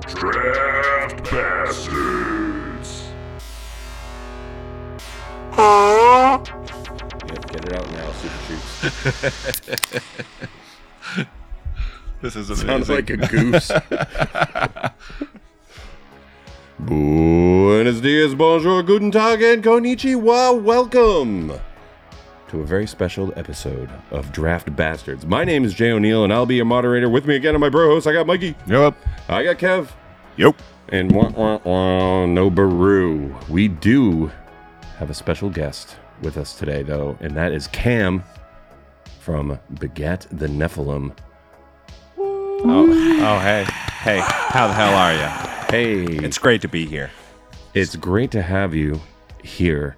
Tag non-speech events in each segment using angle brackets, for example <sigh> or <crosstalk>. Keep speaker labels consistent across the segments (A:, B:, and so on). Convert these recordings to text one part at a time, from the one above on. A: Draft Bastards.
B: Yep, get it out now, Super Troops. <laughs>
C: This is
B: Sounds
C: amazing.
B: like a goose. <laughs> Buenos dias, bonjour, guten tag, and konnichiwa. Welcome to a very special episode of Draft Bastards. My name is Jay O'Neill, and I'll be your moderator. With me again are my bro hosts. I got Mikey.
C: Yep.
B: I got Kev.
C: Yep.
B: And wah, wah, wah, no Baru. We do have a special guest with us today, though, and that is Cam from Begat the Nephilim.
D: Oh, oh, hey, hey, how the hell are you?
B: Hey,
D: It's great to be here.
B: It's great to have you here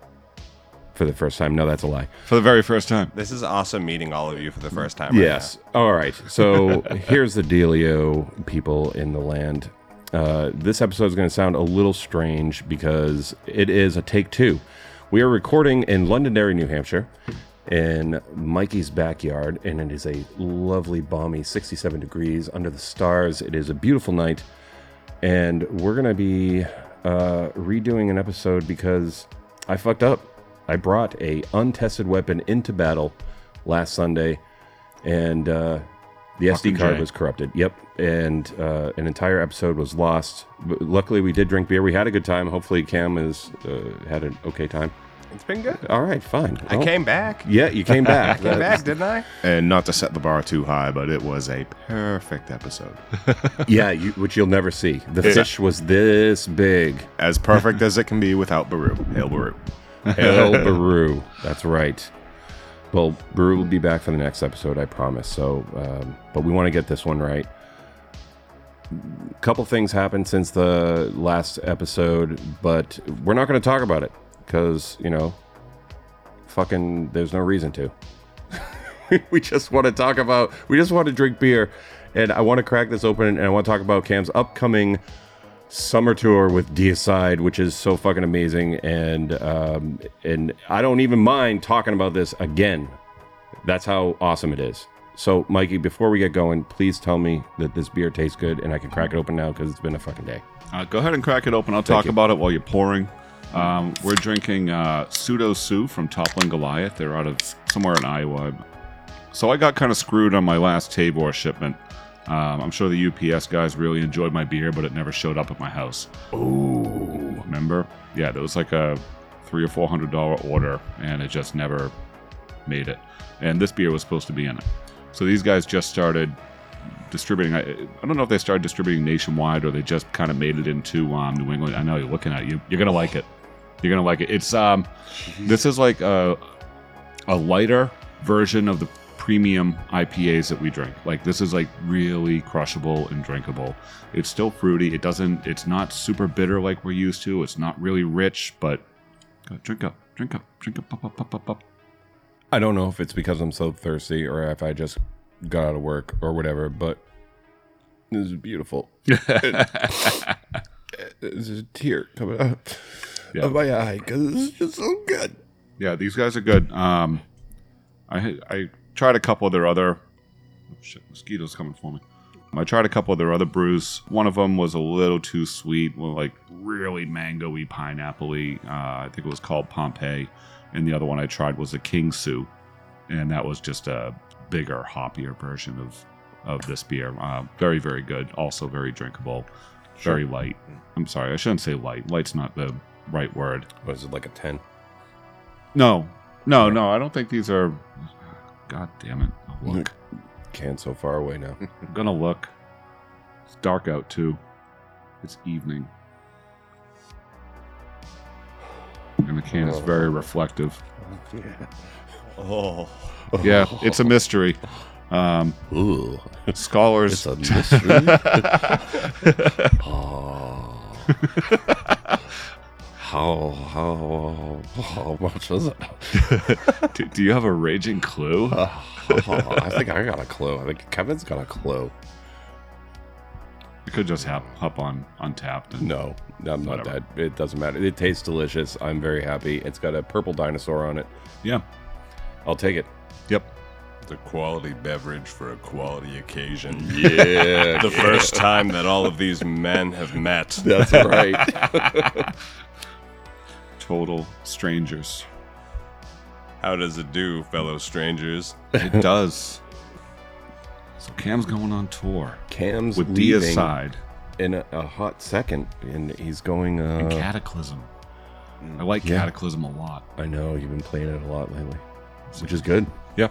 B: for the first time. No, that's a lie.
C: For the very first time.
D: This is awesome meeting all of you for the first time. right
B: Yes. All right. So <laughs> here's the dealio, people in the land. Uh, this episode is going to sound a little strange because it is a take two. We are recording in Londonderry, New Hampshire, in Mikey's backyard, and it is a lovely, balmy 67 degrees under the stars. It is a beautiful night, and we're going to be uh, redoing an episode because I fucked up. I brought a untested weapon into battle last Sunday and uh, the SD card
C: Jay.
B: was corrupted. Yep, and uh, an entire episode was lost. But luckily, we did drink beer. We had a good time. Hopefully, Cam has uh, had an okay time.
D: now. It's been good.
B: All right, fine.
D: I
B: Oh,
D: came back.
B: Yeah, you
D: <laughs>
B: came back. Uh,
D: Came
B: That-
D: back, didn't I?
E: And not to set the bar too high, but it was a perfect episode. <laughs>
B: yeah, you, which you'll never see. The fish was this big.
E: As perfect as it can be without Baru. Hail Baru.
B: El Baru. That's right. Well, Baru will be back for the next episode, I promise. So, um, but we want to get this one right. Couple things happened since the last episode, but we're not going to talk about it because you know, fucking, there's no reason to. <laughs> we just want to talk about. We just want to drink beer, and I want to crack this open, and I want to talk about Cam's upcoming summer tour with Deicide, which is so fucking amazing, and um, and I don't even mind talking about this again. That's how awesome it is. So, Mikey, before we get going, please tell me that this beer tastes good and I can crack it open now because it's been a fucking day.
C: Uh, go ahead and crack it open. I'll talk about it while you're pouring. Um, we're drinking uh, Pseudo Sue from Toppling Goliath. They're out of somewhere in Iowa. So I got kind of screwed on my last Tabor shipment. Um, I'm sure the UPS guys really enjoyed my beer, but it never showed up at my house. Oh, remember? Yeah, there was like a three or four hundred dollar order, and it just never made it. And this beer was supposed to be in it. So these guys just started distributing. I, I don't know if they started distributing nationwide or they just kind of made it into um, New England. I know you're looking at it. you. You're gonna like it. You're gonna like it. It's um, this is like a a lighter version of the premium IPAs that we drink. Like this is like really crushable and drinkable. It's still fruity. It doesn't. It's not super bitter like we're used to. It's not really rich, but go drink up, drink up, drink up, up, up, up, up, up.
B: I don't know if it's because I'm so thirsty or if I just got out of work or whatever, but this is beautiful.
C: <laughs>
B: There's a tear coming out
C: Yeah.
B: of my eye because it's just so good.
C: Yeah, these guys are good. Um, I I tried a couple of their other. Oh shit, mosquitoes coming for me. I tried a couple of their other brews. One of them was a little too sweet, well, like really mango-y, pineapple-y. Uh, I think it was called Pompeii. And the other one I tried was a King Sue, and that was just a bigger, hoppier version of of this beer. Uh, very, very good. Also very drinkable. Very light. I'm sorry, I shouldn't say light. Light's not the right word.
B: What is it, like a 10?
C: No, no, no. I don't think these are. God damn it! I'll Look,
B: Can't so far away <laughs> now.
C: I'm gonna look. It's dark out too. It's evening, and the can is very reflective.
B: <laughs>
D: Oh,
C: Yeah, it's a mystery.
B: <laughs>
C: Um,
B: Ooh. <laughs>
C: scholars. <laughs>
B: mystery. Oh. Ah. how, how, how much is it?
C: do, do you have a raging clue?
B: Oh, I think I got a clue. I think Kevin's got a clue.
C: You could just hop, hop on Untapped. And,
B: No, I'm not
C: Whatever.
B: that. It doesn't matter. It tastes delicious. I'm very happy. It's got a purple dinosaur on it.
C: Yeah.
B: I'll take it.
C: Yep.
F: The quality beverage for a <laughs> quality occasion.
B: Yeah.
F: The first time that all of these men
E: <laughs>
F: have met.
B: That's right.
C: Total strangers.
F: How does it do, fellow strangers?
B: <laughs>
C: It does. So Cam's going on tour
B: <laughs> Cam's
C: with Dia's
B: leaving
C: side
B: in a, a hot second, and he's going.
C: and
B: Uh,
C: Cataclysm. I like
B: yeah.
C: Cataclysm a lot.
B: I know you've been playing it a lot lately, which is good.
C: Yeah.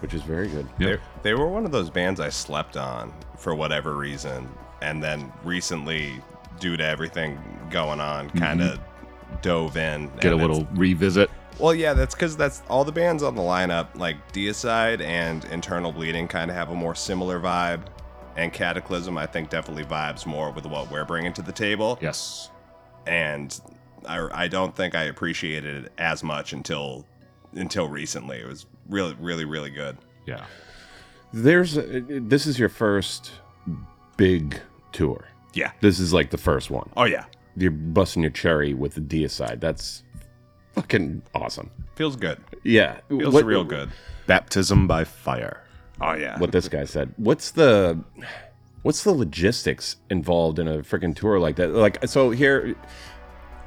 B: Which is very good.
C: Yeah.
F: They, they were one of those bands I slept on for whatever reason. And then recently, due to everything going
E: Mm-hmm.
F: on, kind of dove in.
C: Get a
F: and it's-
C: little revisit.
F: Well, yeah, that's because that's all the bands on the lineup, like Deicide and Internal Bleeding, kind of have a more similar vibe. And Cataclysm, I think, definitely vibes more with what we're bringing to the table.
C: Yes.
F: And I, I don't think I appreciated it as much until until recently. It was really, really, really good.
C: Yeah.
B: There's uh, this is your first big tour.
F: Yeah.
B: This is like the first one.
F: Oh yeah,
B: You're busting your cherry with the deicide. That's fucking awesome.
F: feels good.
B: Yeah.
F: Feels real good.
E: Baptism by fire.
F: Oh yeah.
B: What this guy said. What's the what's the logistics involved in a freaking tour like that? Like so here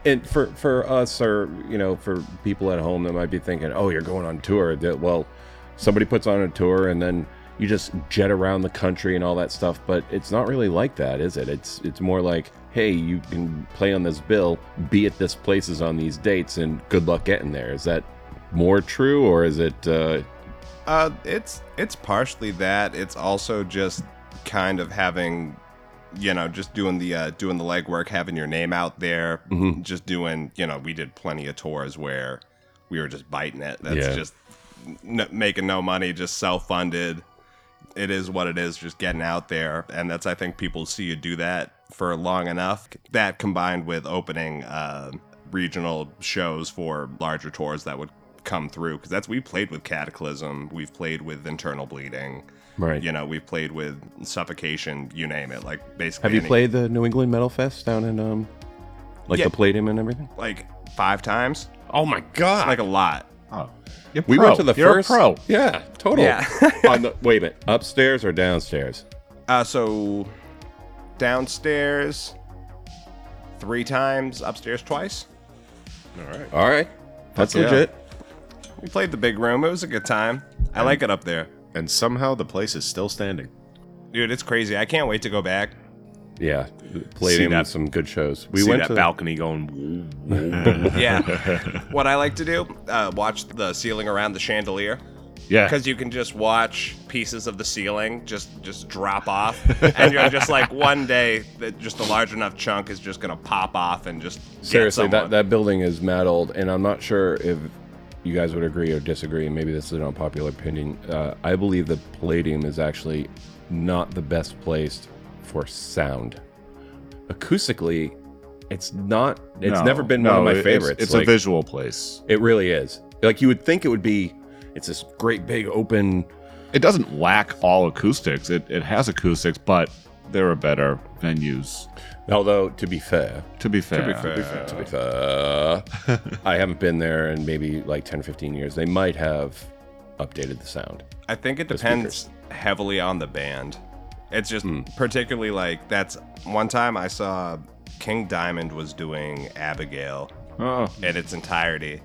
B: and for for us or you know for people at home that might be thinking, "Oh, you're going on tour." That well, somebody puts on a tour and then you just jet around the country and all that stuff, but it's not really like that, is it? It's it's more like, "Hey, you can play on this bill, be at this places on these dates and good luck getting there." Is that more true or is it uh <laughs>
F: Uh, it's it's partially that. It's also just kind of having, you know, just doing the uh, doing the legwork, having your name out there,
B: Mhm.
F: <laughs> just doing. You know, we did plenty of tours where we were just biting it. That's
B: Yeah.
F: just n- making no money, just self funded. It is what it is. Just getting out there, and that's I think people see you do that for long enough. That combined with opening uh, regional shows for larger tours that would come through because that's we played with cataclysm we've played with internal bleeding
B: right?
F: you know we've played with suffocation you name it like basically
B: Have you
F: any-
B: played the New England Metal Fest down in um, like
F: Yeah.
B: the Palladium and everything?
F: like five times
B: Oh my god!
F: like a lot
C: Oh.
B: we went to the
E: You're a
B: first.
E: pro.
B: Yeah, total.
F: Yeah.
B: <laughs> On the wait a minute, upstairs or downstairs?
F: uh so downstairs three times upstairs twice
B: All right, that's
F: Fuck yeah.
B: legit.
F: we played the big room it was a good time i like it up there
E: And somehow the place is still standing.
F: dude it's crazy i can't wait to go back
B: Yeah, the Palladium
E: that-
B: had some good shows. We
E: We See
B: went
E: that
B: to
E: balcony going.
F: <laughs> yeah what i like to do uh watch the ceiling around the chandelier
C: Yeah.
F: because you can just watch pieces of the ceiling just just drop off and you're just like one day that just a large enough chunk is just gonna pop off and just get
B: seriously that
F: someone.
B: that building is mad old, and I'm not sure if you guys would agree or disagree. And maybe this is an unpopular opinion. Uh, I believe the Palladium is actually not the best placed for sound. Acoustically, it's not. It's
C: No,
B: never been
C: no,
B: one of my
C: it- it's-
B: favorites.
C: It's,
B: Like,
C: a visual place.
B: It really is. Like you would think it would be. It's this great big open.
C: It doesn't lack all acoustics. It, it has acoustics, but there are better venues.
B: Although to be fair,
C: To be fair.
B: to be fair,
C: <laughs>
B: I haven't been there in maybe like 10, 15 years. They might have updated the sound.
F: i think it depends heavily on the band it's just
B: Hmm.
F: particularly like that's one time i saw king diamond was doing abigail
C: Oh,
F: in its entirety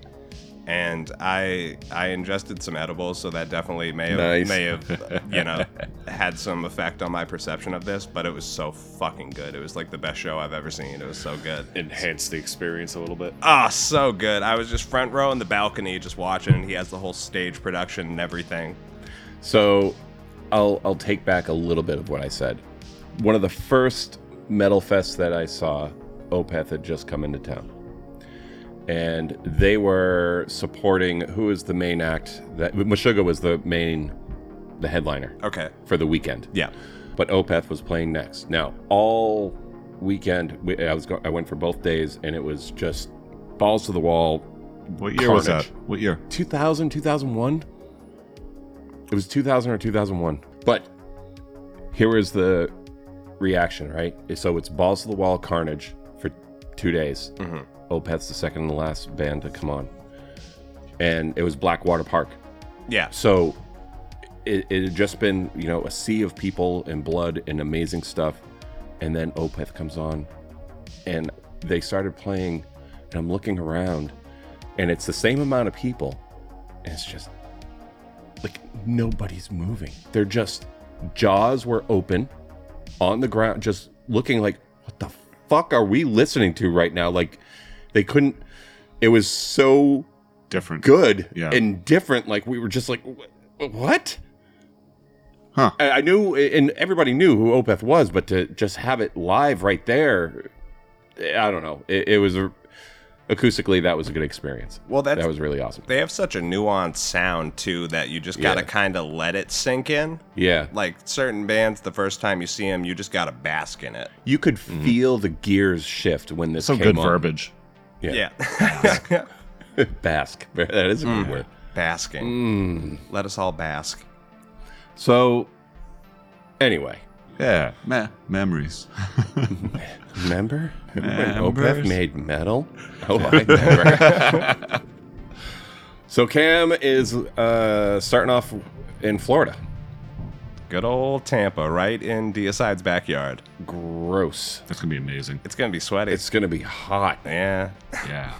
F: and i i ingested some edibles so that definitely may have
B: Nice.
F: may
B: <laughs>
F: have you know had some effect on my perception of this but it was so fucking good it was like the best show i've ever seen it was so good
E: Enhance the experience a little bit.
F: Ah, so good. I was just front row in the balcony just watching, and he has the whole stage production and everything.
B: So I'll I'll take back a little bit of what I said. One of the first metal fests that I saw, Opeth had just come into town. And they were supporting who is the main act that Meshuggah was the main the headliner
F: Okay.
B: for the weekend.
F: Yeah.
B: but Opeth was playing next. Now all weekend, we, I was go- I went for both days, and it was just balls to the wall.
C: what year was that?
B: Carnage.
C: What year?
B: 2000, 2001. It was 2000 or 2001. But here is the reaction, right? So it's balls to the wall carnage for two days. Opeth's the second and last band to come on, and it was Blackwater Park.
F: Yeah.
B: So it, it had just been you know a sea of people and blood and amazing stuff and then opeth comes on and they started playing and i'm looking around and it's the same amount of people and it's just like nobody's moving they're just jaws were open on the ground just looking like what the fuck are we listening to right now like they couldn't it was so
C: Different.
B: good
C: Yeah.
B: and different. Like we were just like, "Wh- what?
C: Huh.
B: I, I knew, and everybody knew who Opeth was, but to just have it live right there, I don't know. It, it was a, acoustically that was a good experience.
F: Well, that's-
B: that was really awesome.
F: They have such a nuanced sound too that you just gotta
B: Yeah.
F: kind of let it sink in.
B: Yeah,
F: Like certain bands, the first time you see them, you just gotta bask in it.
B: you could feel the gears shift when this
C: Some
B: came
C: Mm-hmm. good
B: on. <laughs>
C: verbiage.
B: Yeah.
F: Yeah,
B: Bask. <laughs> That is a good
C: Mm.
B: word.
F: <laughs> basking.
B: Mm.
F: Let us all bask.
B: So, anyway,
C: Yeah. Meh. Memories.
B: remember when
C: Members.
B: Opeth made metal? <laughs> Oh, I remember. <laughs> so Cam is uh, starting off in Florida.
F: Good old Tampa, right in Deicide's backyard.
B: Gross.
C: That's gonna be amazing.
F: It's gonna be sweaty.
B: It's gonna be hot.
F: yeah.
C: Yeah.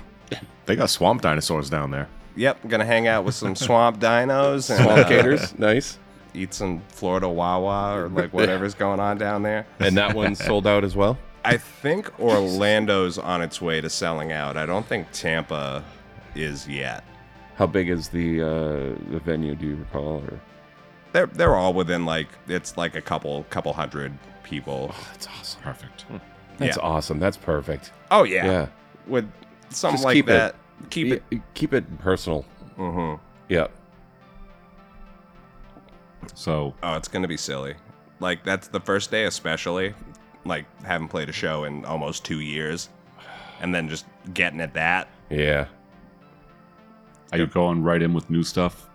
E: They got swamp dinosaurs down there.
F: Yep. Gonna hang out with
B: <laughs>
F: some swamp dinos and
B: Swamp
F: uh,
B: gators, <laughs> nice.
F: eat some Florida Wawa or like
B: <laughs>
F: whatever's going on down there.
B: And that one's sold out as well.
F: I think Orlando's on its way to selling out. I don't think Tampa is yet.
B: How big is the uh, the venue? Do you recall? Or
F: They're they're all within like it's like a couple couple hundred people.
B: that's awesome.
C: Perfect.
B: That's
F: Yeah.
B: awesome. That's perfect.
F: Oh yeah,
B: Yeah.
F: with something
B: Just
F: like
B: keep it-
F: that. Keep
B: Keep
F: it.
B: it, keep it personal.
F: hmm
B: Yeah.
C: So
F: Oh, it's gonna be silly. Like that's the first day, especially like haven't played a show in almost two years, and then just getting at that.
B: Yeah.
C: are you going right in with new stuff?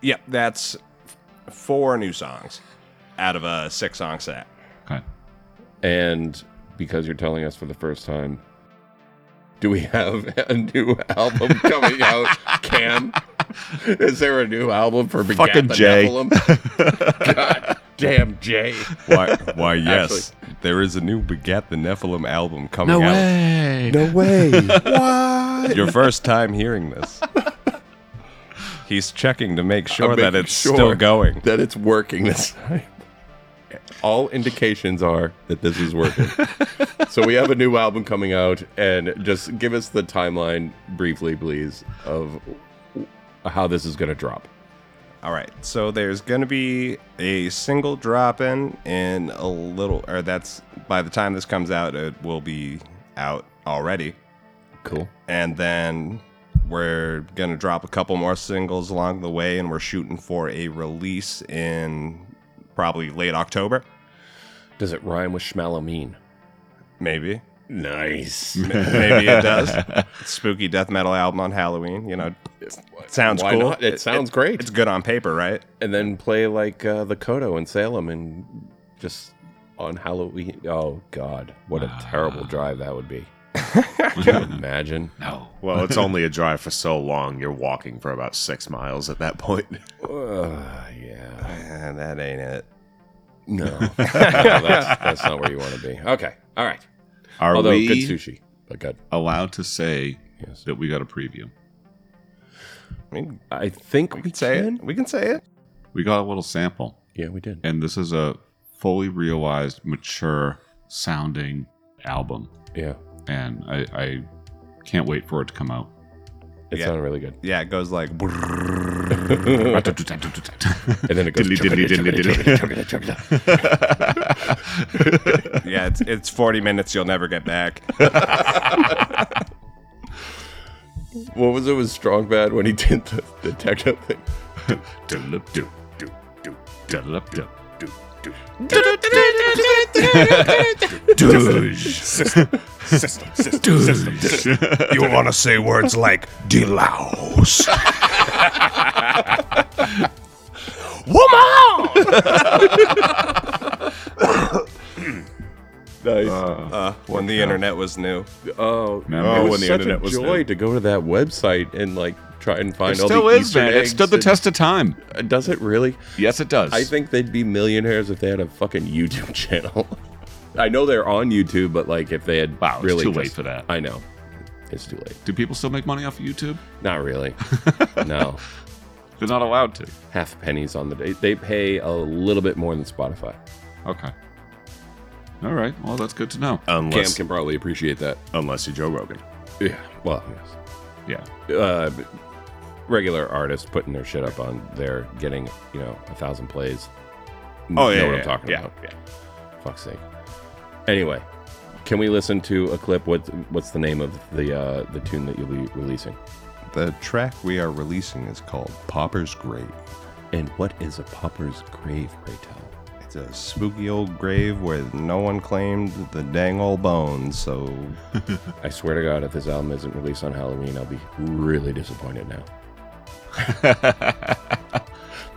F: Yep, that's f- four new songs out of a six song set.
C: Okay.
B: And because you're telling us for the first time, do we have <laughs> a new album coming out, <laughs> Cam? Is there a new album for Begat
C: Fucking
B: the <laughs>
C: Jay.
B: Nephilim? God damn Jay.
F: Why? Why? <laughs> yes, there is a new Begat the Nephilim album coming out.
C: way.
B: No <laughs> way.
F: Your first time hearing this. He's checking to make sure that
B: making
F: it's
B: sure.
F: still going.
B: that it's working this time. All indications are that this is <laughs> working. so we have a new album coming out, and just give us the timeline briefly, please, of how this is going to drop.
F: All right, so there's gonna be a single drop in in a little, or that's by the time this comes out, it will be out already,
B: Cool.
F: and then we're gonna drop a couple more singles along the way, and we're shooting for a release in probably late October,
B: Does it rhyme with Schmalamine?
F: maybe.
B: Nice.
F: Maybe it does. Spooky death metal album on Halloween, you know. Sounds
B: Why
F: cool.
B: not? It sounds great.
F: It's good on paper, right?
B: and then play like uh, the Kodo in Salem and just on Halloween. Oh God, what a terrible drive that <laughs> would be. Could you imagine?
C: No.
E: Well, it's only a drive for so long. You're walking for about six miles at that point.
F: <laughs>
B: Uh, yeah.
F: Eh, that ain't it.
B: <laughs> No, No, that's, that's not where you want to be. Okay, all right.
C: Are
B: Although
C: we
B: good sushi, but good.
C: allowed to say
B: Yes.
C: that we got a preview?
F: I mean,
B: I think we,
F: we can say
B: can.
F: it. We can say it.
C: We got a little sample.
B: Yeah, we did.
C: and this is a fully realized, mature sounding album,
B: Yeah,
C: and I, I can't wait for it to come out.
B: it
F: Yeah.
B: sounded really good.
F: Yeah, it goes like. <laughs>
B: and then it goes.
E: Oh,
F: yeah, it's it's forty minutes. You'll never get <laughs> back.
B: What was it with Strong Bad when he did the, the techno thing?
F: you want to say words like delouse. Woman.
B: Nice.
F: Uh, when the internet was new.
B: oh,
C: Remember?
B: it
C: Oh,
B: was
E: when the
B: such
E: internet
B: a
E: was
B: joy
E: new.
B: to go to that website and like try and find
C: It
B: all
C: still
B: the
C: is,
B: Easter
C: man. It
B: eggs
C: stood the
B: and-
C: test of time.
B: Uh, Does it really?
C: Yes, it does.
B: I think they'd be millionaires if they had a fucking YouTube <laughs> channel. I know they're on YouTube, but like if they had
C: Wow, it's
B: really
C: too late
B: just-
C: for that.
B: I know. It's too late.
C: Do people still make money off of YouTube?
B: Not really. <laughs> no.
C: They're not allowed to.
B: Half pennies on the day. They pay a little bit more than Spotify.
C: Okay. All right. Well, that's good to know.
B: Cam
E: Unless,
B: can probably appreciate that.
E: unless you're Joe Rogan.
B: Yeah. Well, yes.
C: Yeah.
B: Uh, but regular artists putting their shit up on there, getting, you know, a thousand plays.
E: Oh,
B: You
E: yeah,
B: Know what
E: yeah,
B: I'm talking
E: yeah,
B: about. Fuck's sake. Anyway, can we listen to a clip? What, what's the name of the uh, the tune that you'll be releasing?
F: The track we are releasing is called Popper's Grave.
B: And what is a pauper's grave, pray tell?
F: It's a spooky old grave where no one claimed the dang old bones, so
B: I swear to God, if this album isn't released on Halloween, I'll be really
E: <laughs>
B: disappointed now.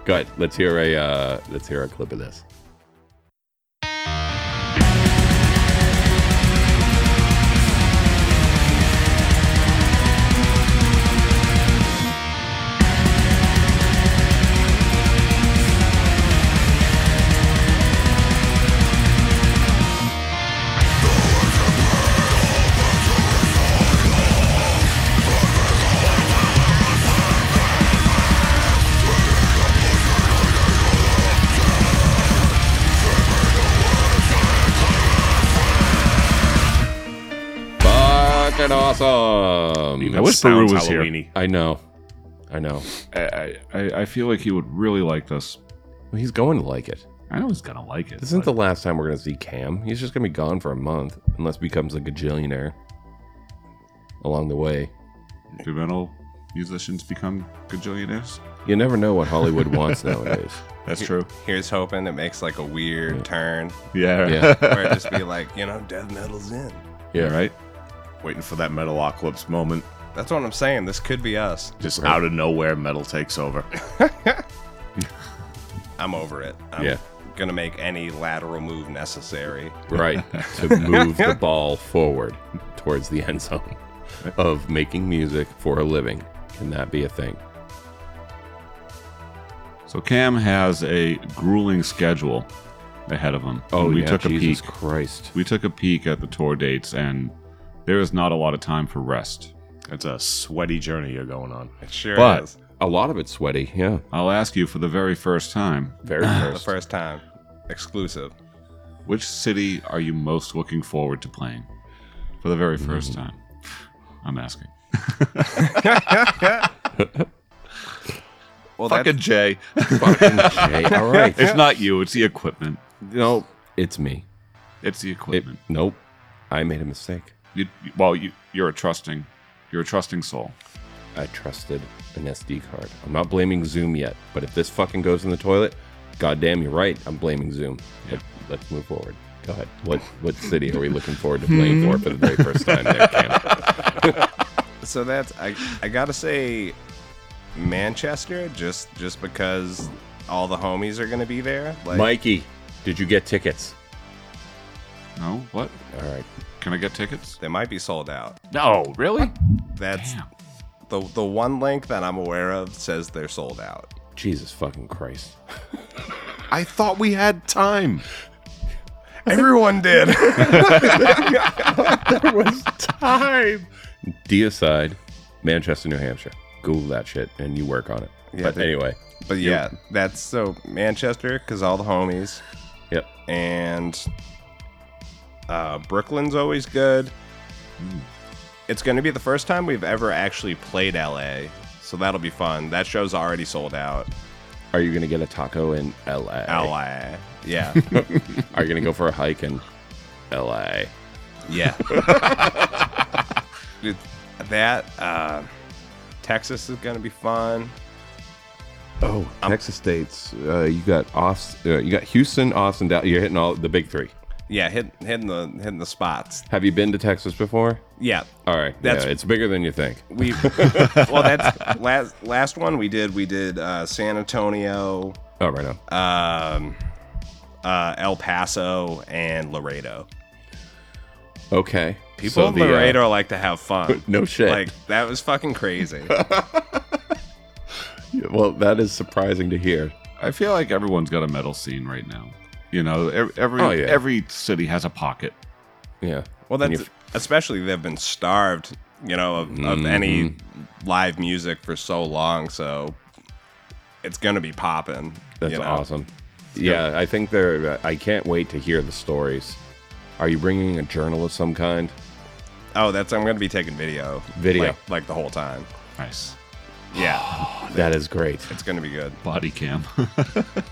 B: Good. Let's hear a uh, let's hear a clip of this. Fucking awesome!
E: Even
C: I wish
E: sounds
C: Baru was here.
E: Halloweeny.
B: I know, I know.
C: I, I, I feel like he would really like this.
B: Well, he's going to like it.
C: I know he's gonna like it.
B: This isn't the last time we're going to see Cam. He's just going to be gone for a month unless he becomes a gajillionaire along the way.
C: but do metal musicians become gajillionaires?
B: You never know what Hollywood wants
C: <laughs>
B: nowadays.
C: That's true.
F: here's hoping it makes like a weird <laughs> turn
C: Yeah. <laughs>
B: Yeah.
F: where it just be like, you know, death metal's in.
B: Yeah.
C: Right.
E: Waiting for that metalocalypse moment.
F: That's what I'm saying. This could be us.
E: Just out of nowhere, metal takes over.
F: I'm over it. I'm
B: Yeah.
F: gonna make any lateral move necessary.
B: Right. To move the ball forward towards the end zone of making music for a living. Can that be a thing?
C: So Cam has a grueling schedule ahead of him.
E: Oh,
C: And we
B: Oh, yeah,
C: took
B: Jesus
C: a peek.
B: Christ.
C: We took a peek at the tour dates, and there is not a lot of time for rest.
E: It's a sweaty journey you're going on.
F: It sure
C: But-
F: is.
B: A lot of it's sweaty. Yeah.
C: I'll ask you for the very first time: <laughs>
B: Very
F: The
B: first.
F: first time. Exclusive.
C: Which city are you most looking forward to playing for the very
E: Mm.
C: first time? I'm asking.
F: Well
C: Fucking Jay.
E: <laughs>
B: Fucking
C: <laughs>
B: Jay. All right.
C: It's not you. It's the equipment.
B: No, it's me.
C: It's the
B: It,
C: equipment.
B: nope. I made a mistake.
C: You, you- well, you, you're a trusting, you're a trusting soul.
B: I trusted an SD card. I'm not blaming Zoom yet, but if this fucking goes in the toilet, goddamn, you're right. I'm blaming Zoom. Let, let's move forward. Go ahead. What what city are
F: <laughs>
B: we looking forward to playing for for the very first time there, Cam?
F: that- so that's I I gotta say Manchester just just because all the homies are gonna be there. <laughs> Like
B: Mikey, did you get tickets?
C: No, what?
B: All right.
C: Can I get tickets?
F: they might be sold out.
C: No, really?
F: That's
C: Damn.
F: the the one link that I'm aware of says they're sold out.
B: Jesus fucking Christ.
E: I thought we had time.
F: Everyone did.
B: There was time. Deicide, Manchester, New Hampshire. Google that shit and you work on it.
F: Yeah,
B: but
F: dude.
B: anyway,
F: <laughs> but yeah, that's so Manchester because all the homies
B: yep.
F: and uh, Brooklyn's always good. It's going to be the first time we've ever actually played LA, so that'll be fun. That show's already sold out.
B: Are you gonna get a taco in LA?
F: LA, yeah,
B: Are you gonna go for a hike in LA?
F: yeah. Dude, that uh, Texas is going to be fun.
B: Oh, Texas states. Uh, you got Austin, uh, you got Houston, Austin, Dallas. You're hitting all the big three.
F: Yeah, hitting hitting the hitting the spots.
B: Have you been to Texas before?
F: Yeah,
B: All right,
F: That's-
B: yeah, it's bigger than you think.
F: we well that's last last one we did we did uh, San Antonio,
B: Oh, right now.
F: um, uh, El Paso, and Laredo.
B: Okay,
F: People
B: So
F: in
B: the, uh, <laughs>
F: Laredo like to have fun.
B: no shit. <laughs>
F: Like that was fucking crazy.
B: Well, that is surprising to hear.
C: I feel like everyone's got a metal scene right now. You know, every every,
B: Oh, yeah.
C: every city has a pocket.
B: Yeah.
F: Well,
B: And
F: that's
B: you-
F: especially they've been starved, you know, of, of any
B: Mm-hmm.
F: live music for so long. So it's gonna be popping.
B: That's
F: you know?
B: awesome. Yeah, I think they're. I can't wait to hear the stories. Are you bringing a journal of some kind?
F: Oh, that's I'm gonna be taking video,
B: Video.
F: like, like the whole time.
C: Nice
B: <sighs>
F: Yeah,
B: That is great.
F: it's gonna be good.
C: body cam. <laughs>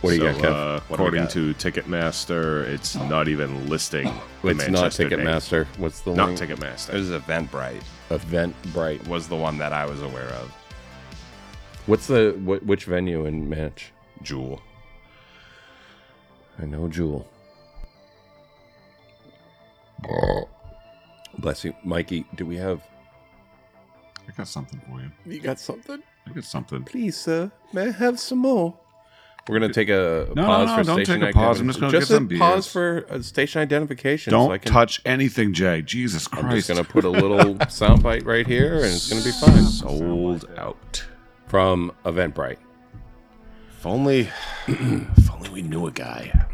B: What do you got, Kev?
E: Uh,
B: What do we
E: according
B: got?
E: to Ticketmaster, it's not even listing. the
B: <gasps> it's not
E: Manchester date.
B: Ticketmaster. What's the
E: Not
B: link?
F: It
E: Ticketmaster.
F: was Eventbrite
B: Eventbrite.
F: was the one that I was aware of.
B: What's the wh- which venue in Manch?
F: Jewel.
B: I know Jewel. Bless you, Mikey. Do we have?
C: I got something for you.
B: You got something,
C: I got something.
B: please, sir? May I have some more? We're gonna take a
C: No,
B: pause
C: no,
B: for
C: no, don't
B: station
C: take a pause.
B: identif-
C: I'm just gonna
B: just
C: get
B: a
C: some beers.
B: pause for uh, station identification. so
C: Don't
B: I can-
C: touch anything, Jay. Jesus Christ.
B: I'm just gonna put a
C: <laughs>
B: little soundbite right here, and it's gonna be fine.
E: Sold out.
B: From Eventbrite.
E: If
F: <clears throat>
E: only, if only we knew a guy.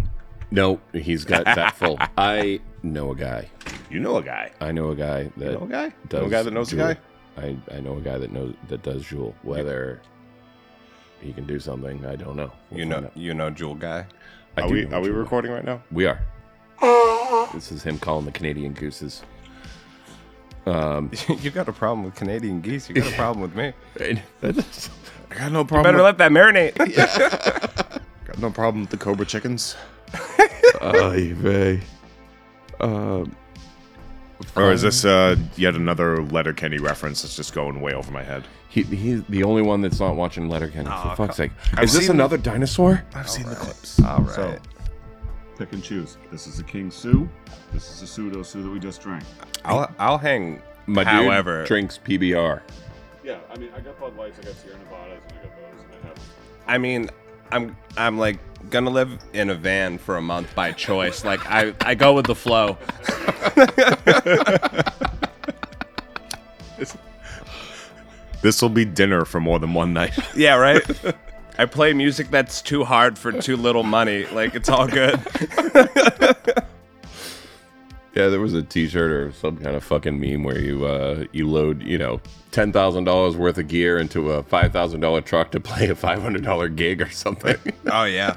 B: No, he's
E: <laughs>
B: got that full. I know a guy.
E: You know a guy.
B: I know a guy that
E: You know a guy.
B: does.
E: know a guy that knows
B: Juul.
E: a guy.
B: I, I know a guy that knows that does Jewel. Whether he can do something, I don't know. We'll
F: You know,
B: find out.
F: you know, Jewel guy. <laughs>
B: I
E: Are
B: do
E: we
B: know
E: are we
B: Juul.
E: recording right now?
B: We are. This is him calling the Canadian gooses. Um,
F: you got a problem with Canadian geese? You got a
E: <laughs>
F: problem with me?
B: <laughs> that is-
E: I got no
F: Better
E: problem.
F: let
E: <laughs>
F: that marinate.
E: got no problem with the Cobra chickens.
B: Ay, vey. Um,
E: Or is this uh, yet another Letterkenny reference that's just going way over my head?
B: he, he's the only one that's not watching Letterkenny. for fuck's sake, is this
E: Ah, seen-
B: another dinosaur?
E: I've seen the clips.
F: All right.
C: Pick and choose. This is a King Sue. This is a pseudo Sue that we just drank.
F: I'll I'll hang.
B: My dude
F: However,
B: drinks PBR.
C: Yeah, I mean, I got Bud Lights, I got Sierra Nevadas, and I got those, and I have.
F: I mean, I'm I'm like gonna live in a van for a month by choice. Like I I go with
E: <laughs>
F: the flow.
E: This will be dinner for more than one night.
F: Yeah, right. I play music that's too hard for too little money. Like it's
E: <laughs>
F: all good.
B: Yeah, there was a T-shirt or some kind of fucking meme where you uh, you load you know ten thousand dollars worth of gear into a five thousand dollar truck to play a five hundred dollar gig or <laughs> something.
F: Oh yeah.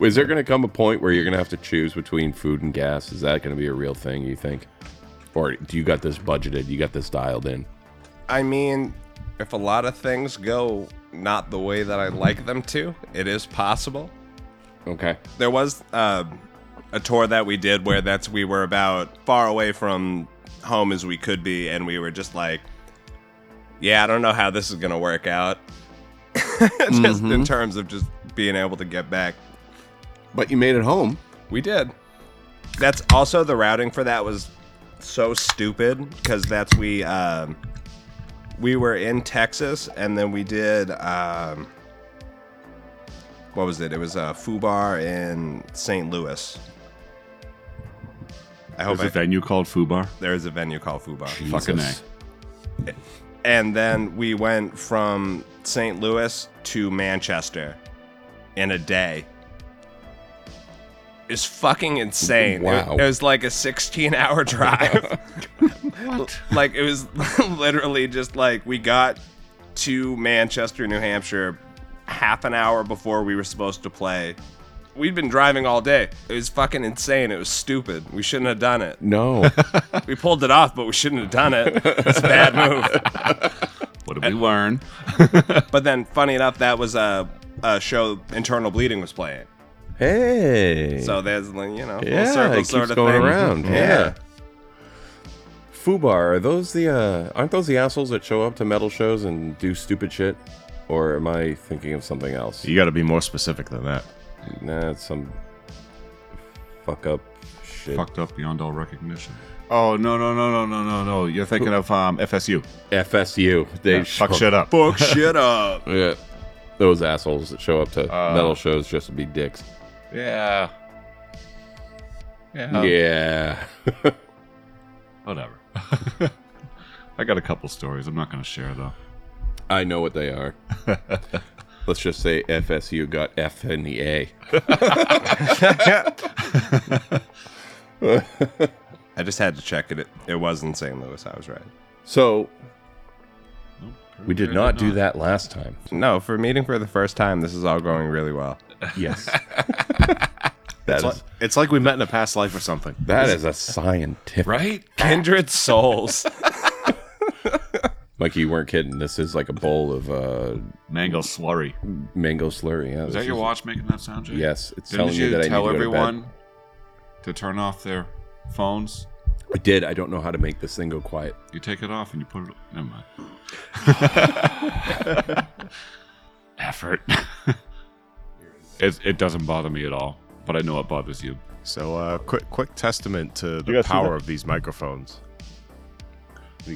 B: Is there going to come a point where you're going to have to choose between food and gas? Is that going to be a real thing? You think, or do you got this budgeted? You got this dialed in?
F: I mean, if a lot of things go not the way that I like them to, it is possible.
B: Okay.
F: There was uh, a tour that we did where that's we were about far away from home as we could be, and we were just like, "Yeah, I don't know how this is gonna work out." <laughs> just in terms of just being able to get back,
B: But you made it home.
F: we did. That's also the routing for that was so stupid because that's we um, we were in Texas and then we did um, what was it? It was a Fubar in St. Louis. I hope
C: <laughs> There's
F: I,
C: a venue called Fubar.
F: there is a venue called Fubar.
C: Fucking A.
F: And then we went from St. Louis to Manchester in a day. It's fucking insane. It-
B: Wow.
F: It, was like a 16 hour <laughs> drive. what? Like it was <laughs> literally just like we got to Manchester, New Hampshire half an hour before we were supposed to play. We'd been driving all day. It was fucking insane. It was stupid. We shouldn't have done it.
B: No.
F: We pulled it off, but we shouldn't have done it. It's a bad move.
C: What did we learn?
F: But then, funny enough, that was a, a show Internal Bleeding was playing.
B: <laughs> hey.
F: So there's, like, you know,
B: yeah,
F: full circle
B: it keeps
F: sort of
B: going
F: thing.
B: around. Yeah. Fubar, are those the uh, aren't those the assholes that show up to metal shows and do stupid shit? Or am I thinking of something else?
E: You got to be more specific than that.
B: Nah, it's some fuck up shit.
C: Fucked up beyond all recognition. Oh no no no no no no no! You're thinking of um, FSU.
B: FSU. They show
E: Fuck shit up.
F: Fuck shit up.
B: Yeah. Those assholes that show up to
F: Uh.
B: metal shows just to be dicks.
C: Yeah.
F: Oh.
C: Yeah.
B: yeah. <laughs>
C: <laughs> Whatever. I got a couple stories. I'm not going to share though.
G: I know what they
F: <laughs>
G: are. Let's just say FSU got F in
B: E
G: the A.
F: <laughs> I just had to check it. It, it was in St. Louis. I was right.
B: So we did not do that last time.
F: No, for meeting for the first time, this is all going really well.
C: <laughs>
B: Yes.
E: It's,
B: that
E: like,
B: is
E: it's like we met in a past life or something.
B: that is a scientific.
F: Right? <laughs> Kindred souls.
B: Mikey, you weren't kidding. This is like a bowl of uh,
C: Mango slurry.
B: mango slurry. Yeah,
C: Is
B: this
C: that your watch making that sound? Jay?
B: Yes, it's
C: Didn't
B: telling
C: you
B: me that I need
C: tell
B: to go to bed.
C: everyone to turn off their phones?
B: I did. I don't know how to make this thing go quiet.
C: You take it off and you put it. Never
B: <laughs>
C: mind. Effort. <laughs> it, it doesn't bother me at all, but I know it bothers you.
E: So, uh, quick, quick testament to
C: You
E: the
C: guys see
E: power
C: that?
E: of these microphones.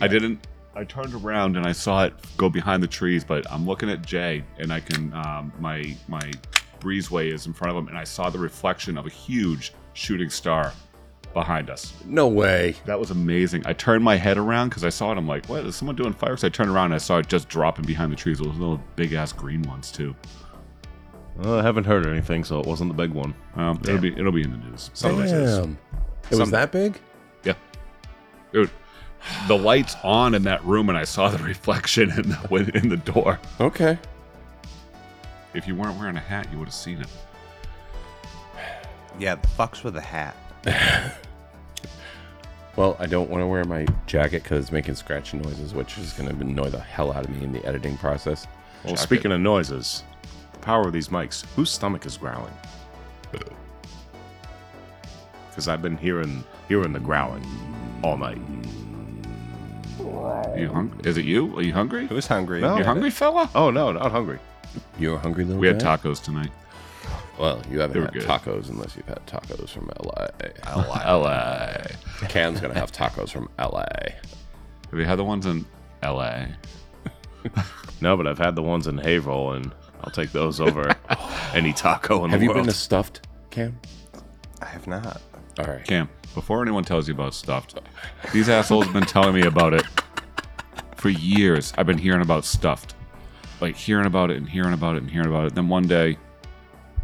C: I didn't. I turned around and I saw it go behind the trees, but I'm looking at Jay, and I can um, my my breezeway is in front of him, and I saw the reflection of a huge shooting star behind us.
B: No way.
C: That was amazing. I turned my head around because I saw it. I'm like, what is someone doing fireworks? I turned around and I saw it just dropping behind the trees. Those little big ass green ones too.
E: Well, I haven't heard anything, so it wasn't the big one.
C: Um, it'll be it'll be in the news.
B: Damn. It was that big?
C: Yeah. Dude, the lights on in that room, and I saw the <laughs> reflection in the win- in the door.
B: Okay.
C: If you weren't wearing a hat, you would have seen it.
F: yeah, the fucks with a hat.
B: Well, I don't want to wear my jacket because it's making scratching noises, which is going to annoy the hell out of me in the editing process.
E: Well, speaking of noises, the power of these mics, whose stomach is growling? Because I've <laughs> been hearing hearing the growling all night.
C: Are you hung- Is it you? Are you hungry?
F: Who's hungry?
E: No.
C: You hungry, fella?
E: Oh no, not hungry.
B: You're a hungry little
C: We had
B: guy?
C: tacos tonight.
B: Well, you haven't
C: They were
B: had
C: good.
B: tacos unless you've had tacos from
C: <laughs>
B: LA.
C: LA.
B: Cam's going to have tacos from LA.
C: Have you had the ones in LA?
E: No, but I've had the ones in Haverhill, and I'll take those
F: <laughs>
E: over any taco in
B: Have
E: the
B: you
E: world.
B: been to Stuffed, Cam?
F: I have not.
B: All right.
C: Cam, before anyone tells you about stuffed, these assholes have been telling me about it for years. I've been hearing about stuffed, like hearing about it and hearing about it and hearing about it. Then one day,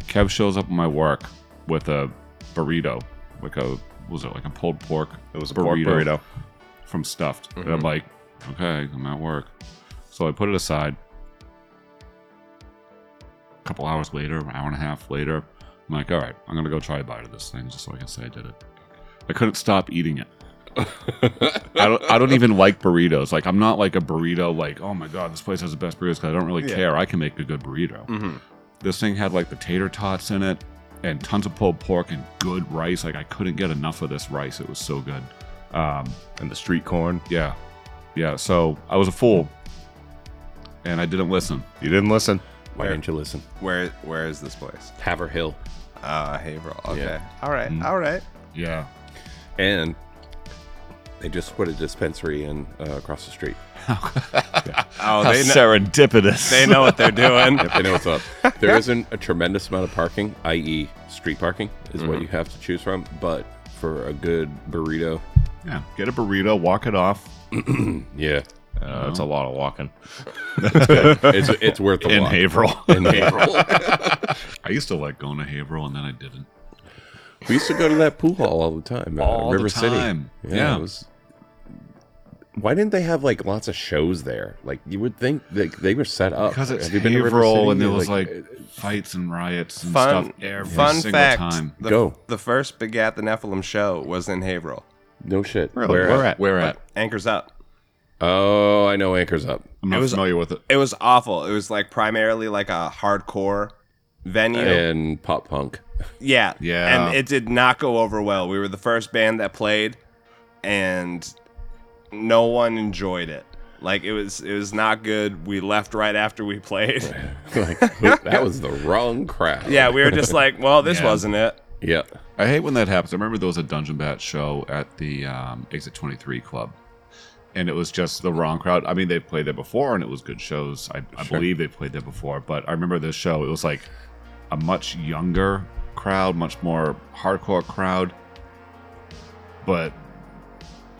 C: Kev shows up at my work with a burrito, like a was it like a pulled pork?
E: it was a pork burrito. Mm-hmm.
C: from stuffed. And I'm like, okay, I'm at work. So I put it aside. A couple hours later, an hour and a half later, I'm like, all right, I'm going to go try a bite of this thing just so I can say I did it. I couldn't stop eating it. I, don't, I don't even like burritos. Like, I'm not like a burrito, like, oh my God, this place has the best burritos 'cause I don't really care. I can make a good burrito. This thing had like the tater tots in it and tons of pulled pork and good rice. Like, I couldn't get enough of this rice. It was so good. Um,
E: And the street corn.
C: yeah. Yeah. So I was a fool and I didn't listen.
E: You didn't listen.
B: Why didn't you listen?
F: Where Where is this place?
B: Haverhill.
F: Uh, Haverhill. Okay.
B: Yeah.
F: All right. All right.
C: Yeah.
B: And they just put a dispensary in uh, across the street.
F: Oh, they know,
D: serendipitous.
F: they know what they're
C: <laughs>
F: doing.
B: I know what's up. There isn't a tremendous amount of parking, i.e., street parking is what you have to choose from. But for a good burrito, <clears throat>
C: Yeah. Get a burrito, walk it <laughs> off.
B: yeah,
E: Uh, It's a lot of walking.
B: it's it's worth the walk.
C: Haverhill.
B: In Haverhill.
C: <laughs> I used to like going to Haverhill and then I didn't.
B: we used to go to that pool hall all the time, uh,
C: All the
B: River
C: time.
B: City.
C: Yeah.
B: it was- why didn't they have like lots of shows there? Like you would think they, they were set up
C: Because it's
B: Uh, Have you been to River
C: Haverhill
B: City?
C: and there was like,
B: uh,
C: fights and riots and
F: Fun,
C: stuff every
F: fun
C: single
F: fact.
C: time.
F: The,
B: Go.
F: The first Big At the Nephilim show was in Haverhill.
B: no shit.
E: Really? Where at?
C: Where at?
F: Anchors Up.
B: Oh, I know. Anchors up.
C: I'm not familiar with it.
F: It was awful. It was like primarily like a hardcore venue.
B: and pop punk. <laughs>
F: Yeah.
C: Yeah.
F: And it did not go over well. We were the first band that played and no one enjoyed it. Like it was it was not good. We left right after we played. <laughs>
C: <laughs>
B: like that was the wrong crowd.
F: yeah, we were just like, well, this
C: Yeah.
F: wasn't it.
B: yeah.
C: I hate when that happens. I remember there was a Dungeon Bat show at the um, Exit 23 Club, and it was just the wrong crowd. I mean, they played there before, and it was good shows. I, I believe they played there before, but I remember this show. It was like a much younger crowd, much more hardcore crowd, but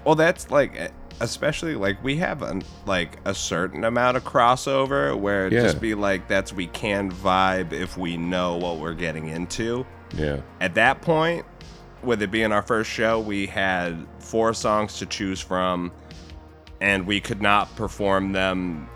F: Well, that's like e, especially like we have an, like a certain amount of crossover where it
B: Yeah.
F: just be like that's we can vibe if we know what we're getting into.
B: Yeah.
F: At that point, with it being our first show, we had four songs to choose from, and we could not perform them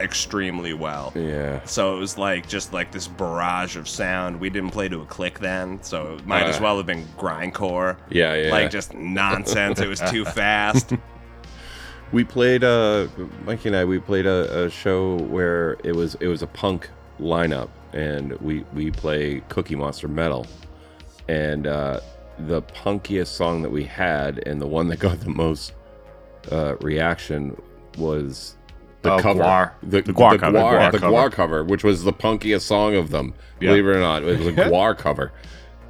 F: extremely well.
B: Yeah.
F: So it was like just like this barrage of sound. We didn't play to a click then, so it might as well have been grindcore.
B: Yeah, yeah.
F: Like just nonsense. it was
B: <laughs>
F: too fast.
B: We played uh Mikey and I we played a, a show where it was it was a punk lineup and we we play Cookie Monster metal and uh the punkiest song that we had and the one that got the most uh reaction was the
D: Oh,
B: cover
D: Guar.
B: the,
D: The Guar
B: the
D: cover,
B: Guar,
D: Guar
B: the
D: cover.
B: Guar cover which was the punkiest song of them believe it or not it was a Guar cover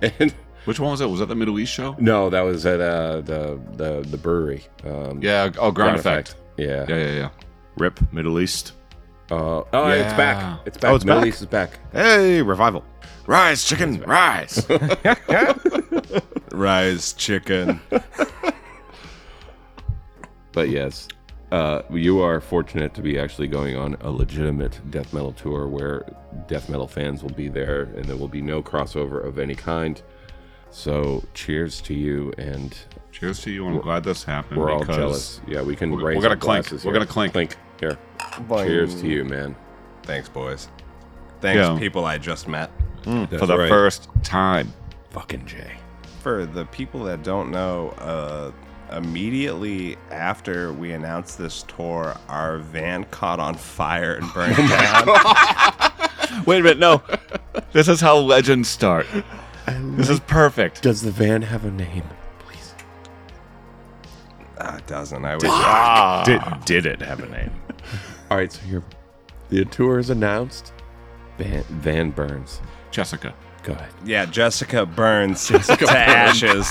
B: and <laughs>
C: Which one was that? Was that the Middle East show?
B: no that was at uh the the the brewery um
C: Yeah. Oh, Ground Effect.
B: yeah
C: Yeah, yeah, yeah.
D: Rip Middle East.
B: Uh, oh, it's
C: Yeah.
B: back. It's back.
D: Oh, it's
B: Middle
D: back?
B: East is back.
D: Hey, revival.
E: Rise, chicken, rise. <laughs>
F: Rise chicken.
B: But yes, uh, you are fortunate to be actually going on a legitimate death metal tour where death metal fans will be there and there will be no crossover of any kind. So cheers to you, and
C: Cheers to you. I'm glad this happened.
B: we're all
C: because
B: jealous. Yeah, we can
C: we're-
B: raise
C: we're gonna
B: our
C: clink.
B: glasses
C: We're
B: here.
C: gonna clink.
B: Clink. Here. Cheers to you, man.
F: Thanks, boys. Thanks,
C: Yeah.
F: people I just met.
C: Mm, For the
B: right.
C: first time.
B: Fucking Jay.
F: For the people that don't know, uh, immediately after we announced this tour, our van caught on fire and burned
C: Oh
F: down.
D: Wait a minute.
E: <laughs>
D: No.
C: This is how legends start. This is perfect.
B: Does the van have a name? Please.
F: Ah, it doesn't. I wish.
E: did,
C: Ah.
E: did it have a name?
B: All right, so your the tour is announced. Van, van Burns.
C: Jessica.
B: Go ahead.
F: Yeah, Jessica
C: <laughs>
F: burns to ashes.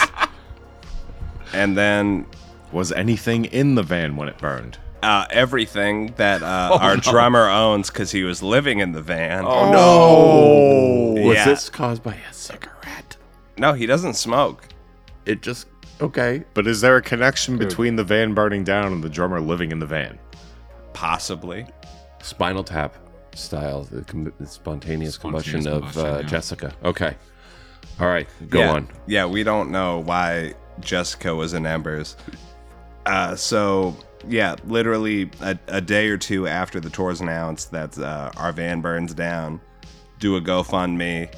F: And then
E: Was anything in the van when it burned?
F: uh, everything that uh,
C: Oh,
F: our drummer owns because he was living in the van. Oh,
B: No. Was
F: Yeah.
B: this caused by a cigarette?
F: no, he doesn't smoke.
B: It just okay.
E: But is there a connection between the van burning down and the drummer living in the van?
F: Possibly.
B: Spinal Tap style, the, com- the spontaneous, combustion of uh,
C: combustion, yeah.
B: Jessica. Okay. All right, go
F: yeah.
B: on.
F: Yeah, we don't know why Jessica was in embers. Uh, so yeah, literally a, a day or two after the tour's announced that uh, our van burns down, do a GoFundMe,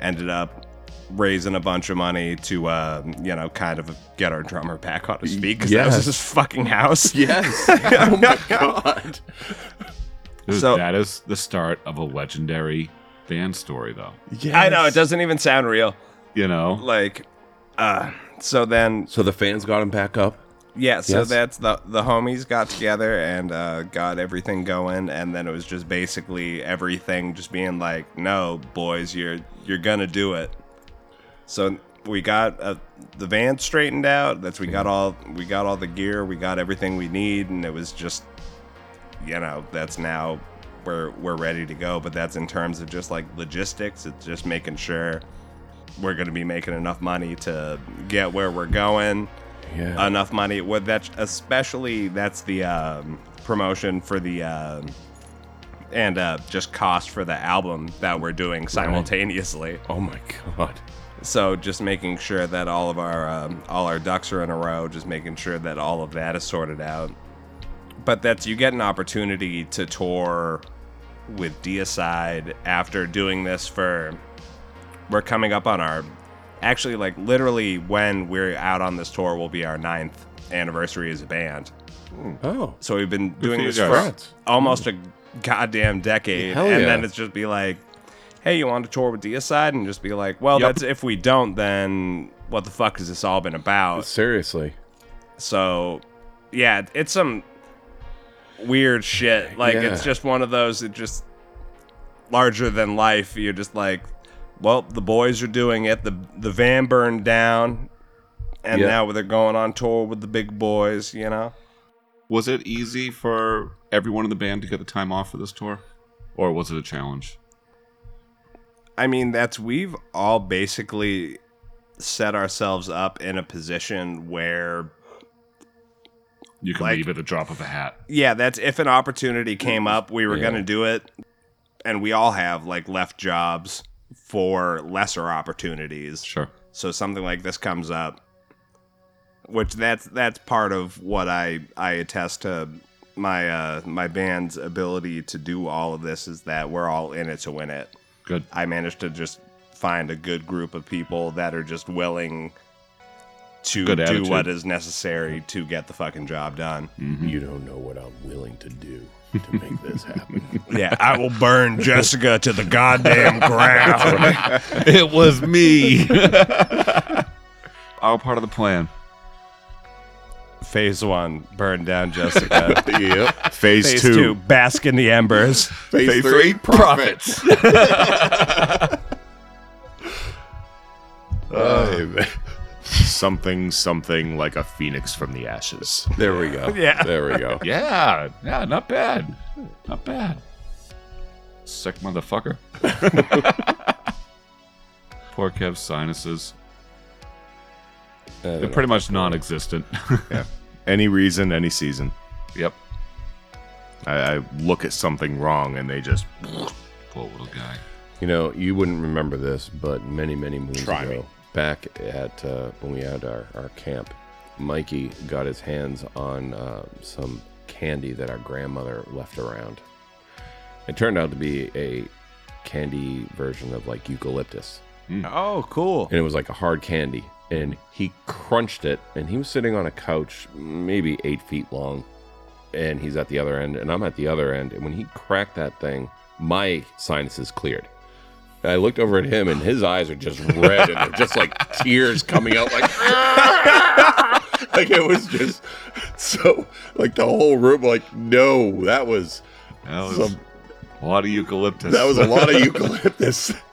F: ended up raising a bunch of money to uh, you know kind of get our drummer back on his feet because that
B: Yes.
F: was his fucking
B: <laughs>
F: house.
B: Yes. oh my god.
C: Dude,
F: So-
C: that is the start of a legendary band story, though.
B: Yes.
F: I know it doesn't even sound real.
C: You know?
F: Like, uh, so then
B: So the fans got him back up.
F: Yeah, so
B: Yes.
F: that's the the homies got together and uh, got everything going, and then it was just basically everything just being like, "No, boys, you're you're gonna do it." So we got uh, the van straightened out. That's we got all we got all the gear, we got everything we need, and it was just, you know, that's now we're we're ready to go. But that's in terms of just like logistics. It's just making sure we're gonna be making enough money to get where we're going
B: Yeah.
F: enough money. Well, that's especially that's the um, promotion for the um and uh, just cost for the album that we're doing simultaneously.
B: oh my god.
F: So just making sure that all of our um, all our ducks are in a row, just making sure that all of that is sorted out. But that's you get an opportunity to tour with Deicide after doing this for we're coming up on our actually like literally when we're out on this tour will be our ninth anniversary as a band.
B: Oh.
F: So we've been doing
C: for you
F: this for
B: Congrats.
F: almost a goddamn decade,
B: Hell
F: and
B: yeah.
F: then it's just be like, "Hey, you want to tour with Deicide?" and just be like, "Well,
C: Yep.
F: that's if we don't, then what the fuck has this all been about?"
B: Seriously.
F: So, yeah, it's some weird shit. Like it's
B: Yeah.
F: just one of those that just larger than life. You're just like, well, the boys are doing it. The the van burned down, and
B: Yeah.
F: now they're going on tour with the big boys. You know,
C: Was it easy for everyone in the band to get the time off for this tour? Or was it a challenge?
F: I mean, that's we've all basically set ourselves up in a position where
C: You can
F: Like-
C: leave at the drop of a hat.
F: yeah, that's if an opportunity came up, we were going to do it. And we all have like left jobs for lesser opportunities.
C: Sure.
F: So something like this comes up, which that's that's part of what I I attest to my uh my band's ability to do all of this is that we're all in it to win it.
C: Good.
F: I managed to just find a good group of people that are just willing to
C: Good
F: do
C: attitude.
F: what is necessary to get the fucking job done.
C: Mm-hmm.
B: You don't know what I'm willing to do to make this <laughs> happen.
F: Yeah, I will
E: <laughs>
F: burn Jessica to the goddamn ground.
C: <laughs> it was me. All part of the plan.
F: Phase one, burn down <laughs> Jessica.
E: yep. Phase,
F: Phase
E: two.
F: two. bask in the embers.
G: Phase, three, profits.
E: <laughs> Something, something like a phoenix from the ashes.
G: there we
B: <laughs>
G: go.
F: Yeah.
G: There we go.
C: <laughs> Yeah. Yeah. Not bad. Not bad. Sick motherfucker. <laughs> Poor Kev's sinuses. They're pretty much non existent.
E: Any reason, any season.
C: <laughs> yep.
E: I, I look at something wrong and they just.
C: Poor little guy.
B: You know, you wouldn't remember this, but many, many moons
E: Try
B: ago,
E: me.
B: back at uh, when we had our, our camp, Mikey got his hands on uh, some candy that our grandmother left around. It turned out to be a candy version of like eucalyptus,
F: Oh, cool.
B: and it was like a hard candy. And he crunched it, and he was sitting on a couch, maybe eight feet long, and he's at the other end, and I'm at the other end. And when he cracked that thing, my sinuses cleared. And I looked over at him, and his eyes are just red, and they're just like tears coming out, like <laughs> like it was just so like the whole room, like no, that was
C: That was
B: some,
C: a lot of eucalyptus.
B: <laughs> that was a lot of eucalyptus. <laughs>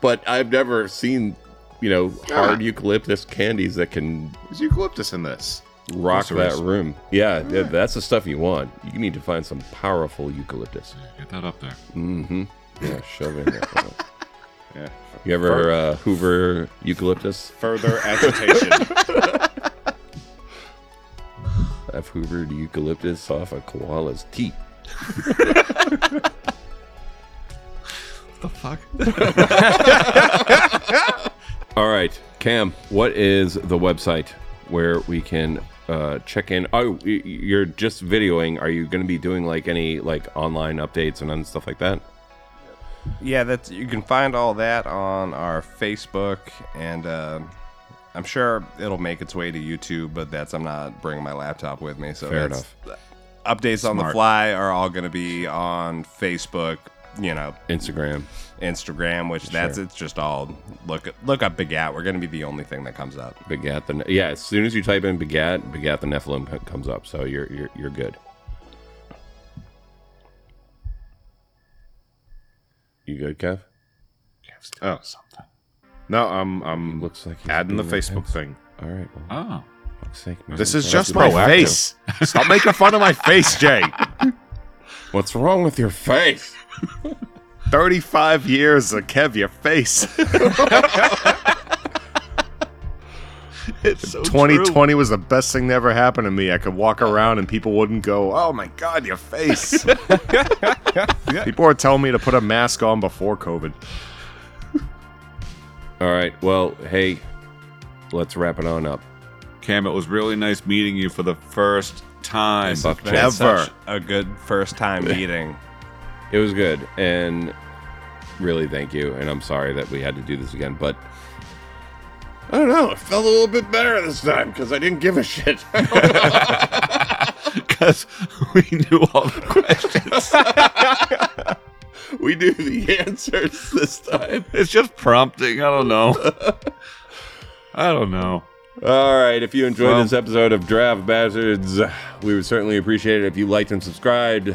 B: but I've never seen you know hard eucalyptus candies that can
E: There's eucalyptus in this.
B: rock that
C: Rhinoceros.
B: room. Yeah, th- that's the stuff you want. You need to find some powerful eucalyptus.
C: Get that up there.
B: Mm-hmm. Yeah, shove it in there.
E: Yeah.
B: You ever uh, Hoover eucalyptus?
E: Further
C: <laughs>
E: agitation.
B: I've Hoovered eucalyptus off a koala's teeth.
C: the fuck?
B: All right, Cam, what is the website where we can uh, check in? Oh, y- y- you're just videoing. Are you going to be doing like any like online updates and um, stuff like that?
F: Yeah, that's you can find all that on our Facebook, and uh, I'm sure it'll make its way to YouTube. But that's I'm not bringing my laptop with me, so
B: Fair
F: that's, Updates on the
C: Smart.
F: fly are all going to be on Facebook. You know,
B: Instagram.
F: Instagram, which that's it's just all look look up Big At. We're going to be the only thing that comes up.
B: Begat the yeah. As soon as you type in Begat, Begat the Nephilim c- comes up. So you're you're, you're good. You good, Kev?
E: oh, something. No, I'm. I'm
B: Looks like he's
E: adding the
B: doing
E: Facebook
B: things.
E: thing.
B: All right. Well,
C: Oh.
B: fuck's sake, man.
E: This is
B: That's
E: just
B: pretty
E: my
B: proactive.
E: <laughs> face. Stop making fun of my face, Jay.
B: What's wrong with your face?
E: 35 years of Kev, your
F: <laughs>
E: face.
C: It's so
E: 2020 was the best thing that ever happened to me. I could walk around and people wouldn't go, "Oh my god, your face." people were telling me to put a mask on before COVID.
B: All right. Well, hey, let's wrap it on up.
C: Cam, it was really nice meeting you for the first time.
B: Buck Chen.
F: That's
E: Never.
F: such a good first time meeting.
B: It was good, and really thank you. And I'm sorry that we had to do this again, but I don't know. It felt a little bit better this time because I didn't give a shit. <laughs>
C: Because <laughs> we knew all the
B: <laughs>
C: questions.
B: we knew the <laughs> answers this time.
C: it's just prompting. I don't know. I don't know.
B: All right. If you enjoyed
C: Well-
B: this episode of Draft Bastards, we would certainly appreciate it if you liked and subscribed.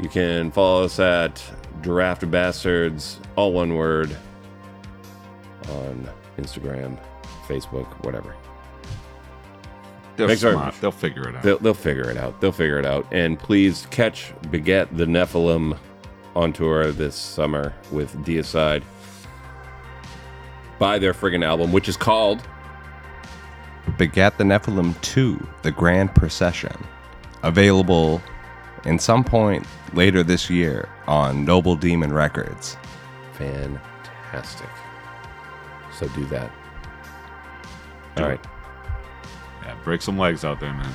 B: You can follow us at Draft Bastards, all one word, on Instagram, Facebook, whatever.
C: They're
B: Thanks very
C: smart.
B: much.
C: They'll figure it out.
B: They'll, they'll figure it out. They'll figure it out. And please catch Beget the Nephilim on tour this summer with Deicide. Buy their friggin' album, which is called
F: begat the Nephilim 2, The Grand Procession, available in some point later this year on Noble Demon Records.
B: Fantastic. So do that. All right.
C: Yeah, break some legs out there, man.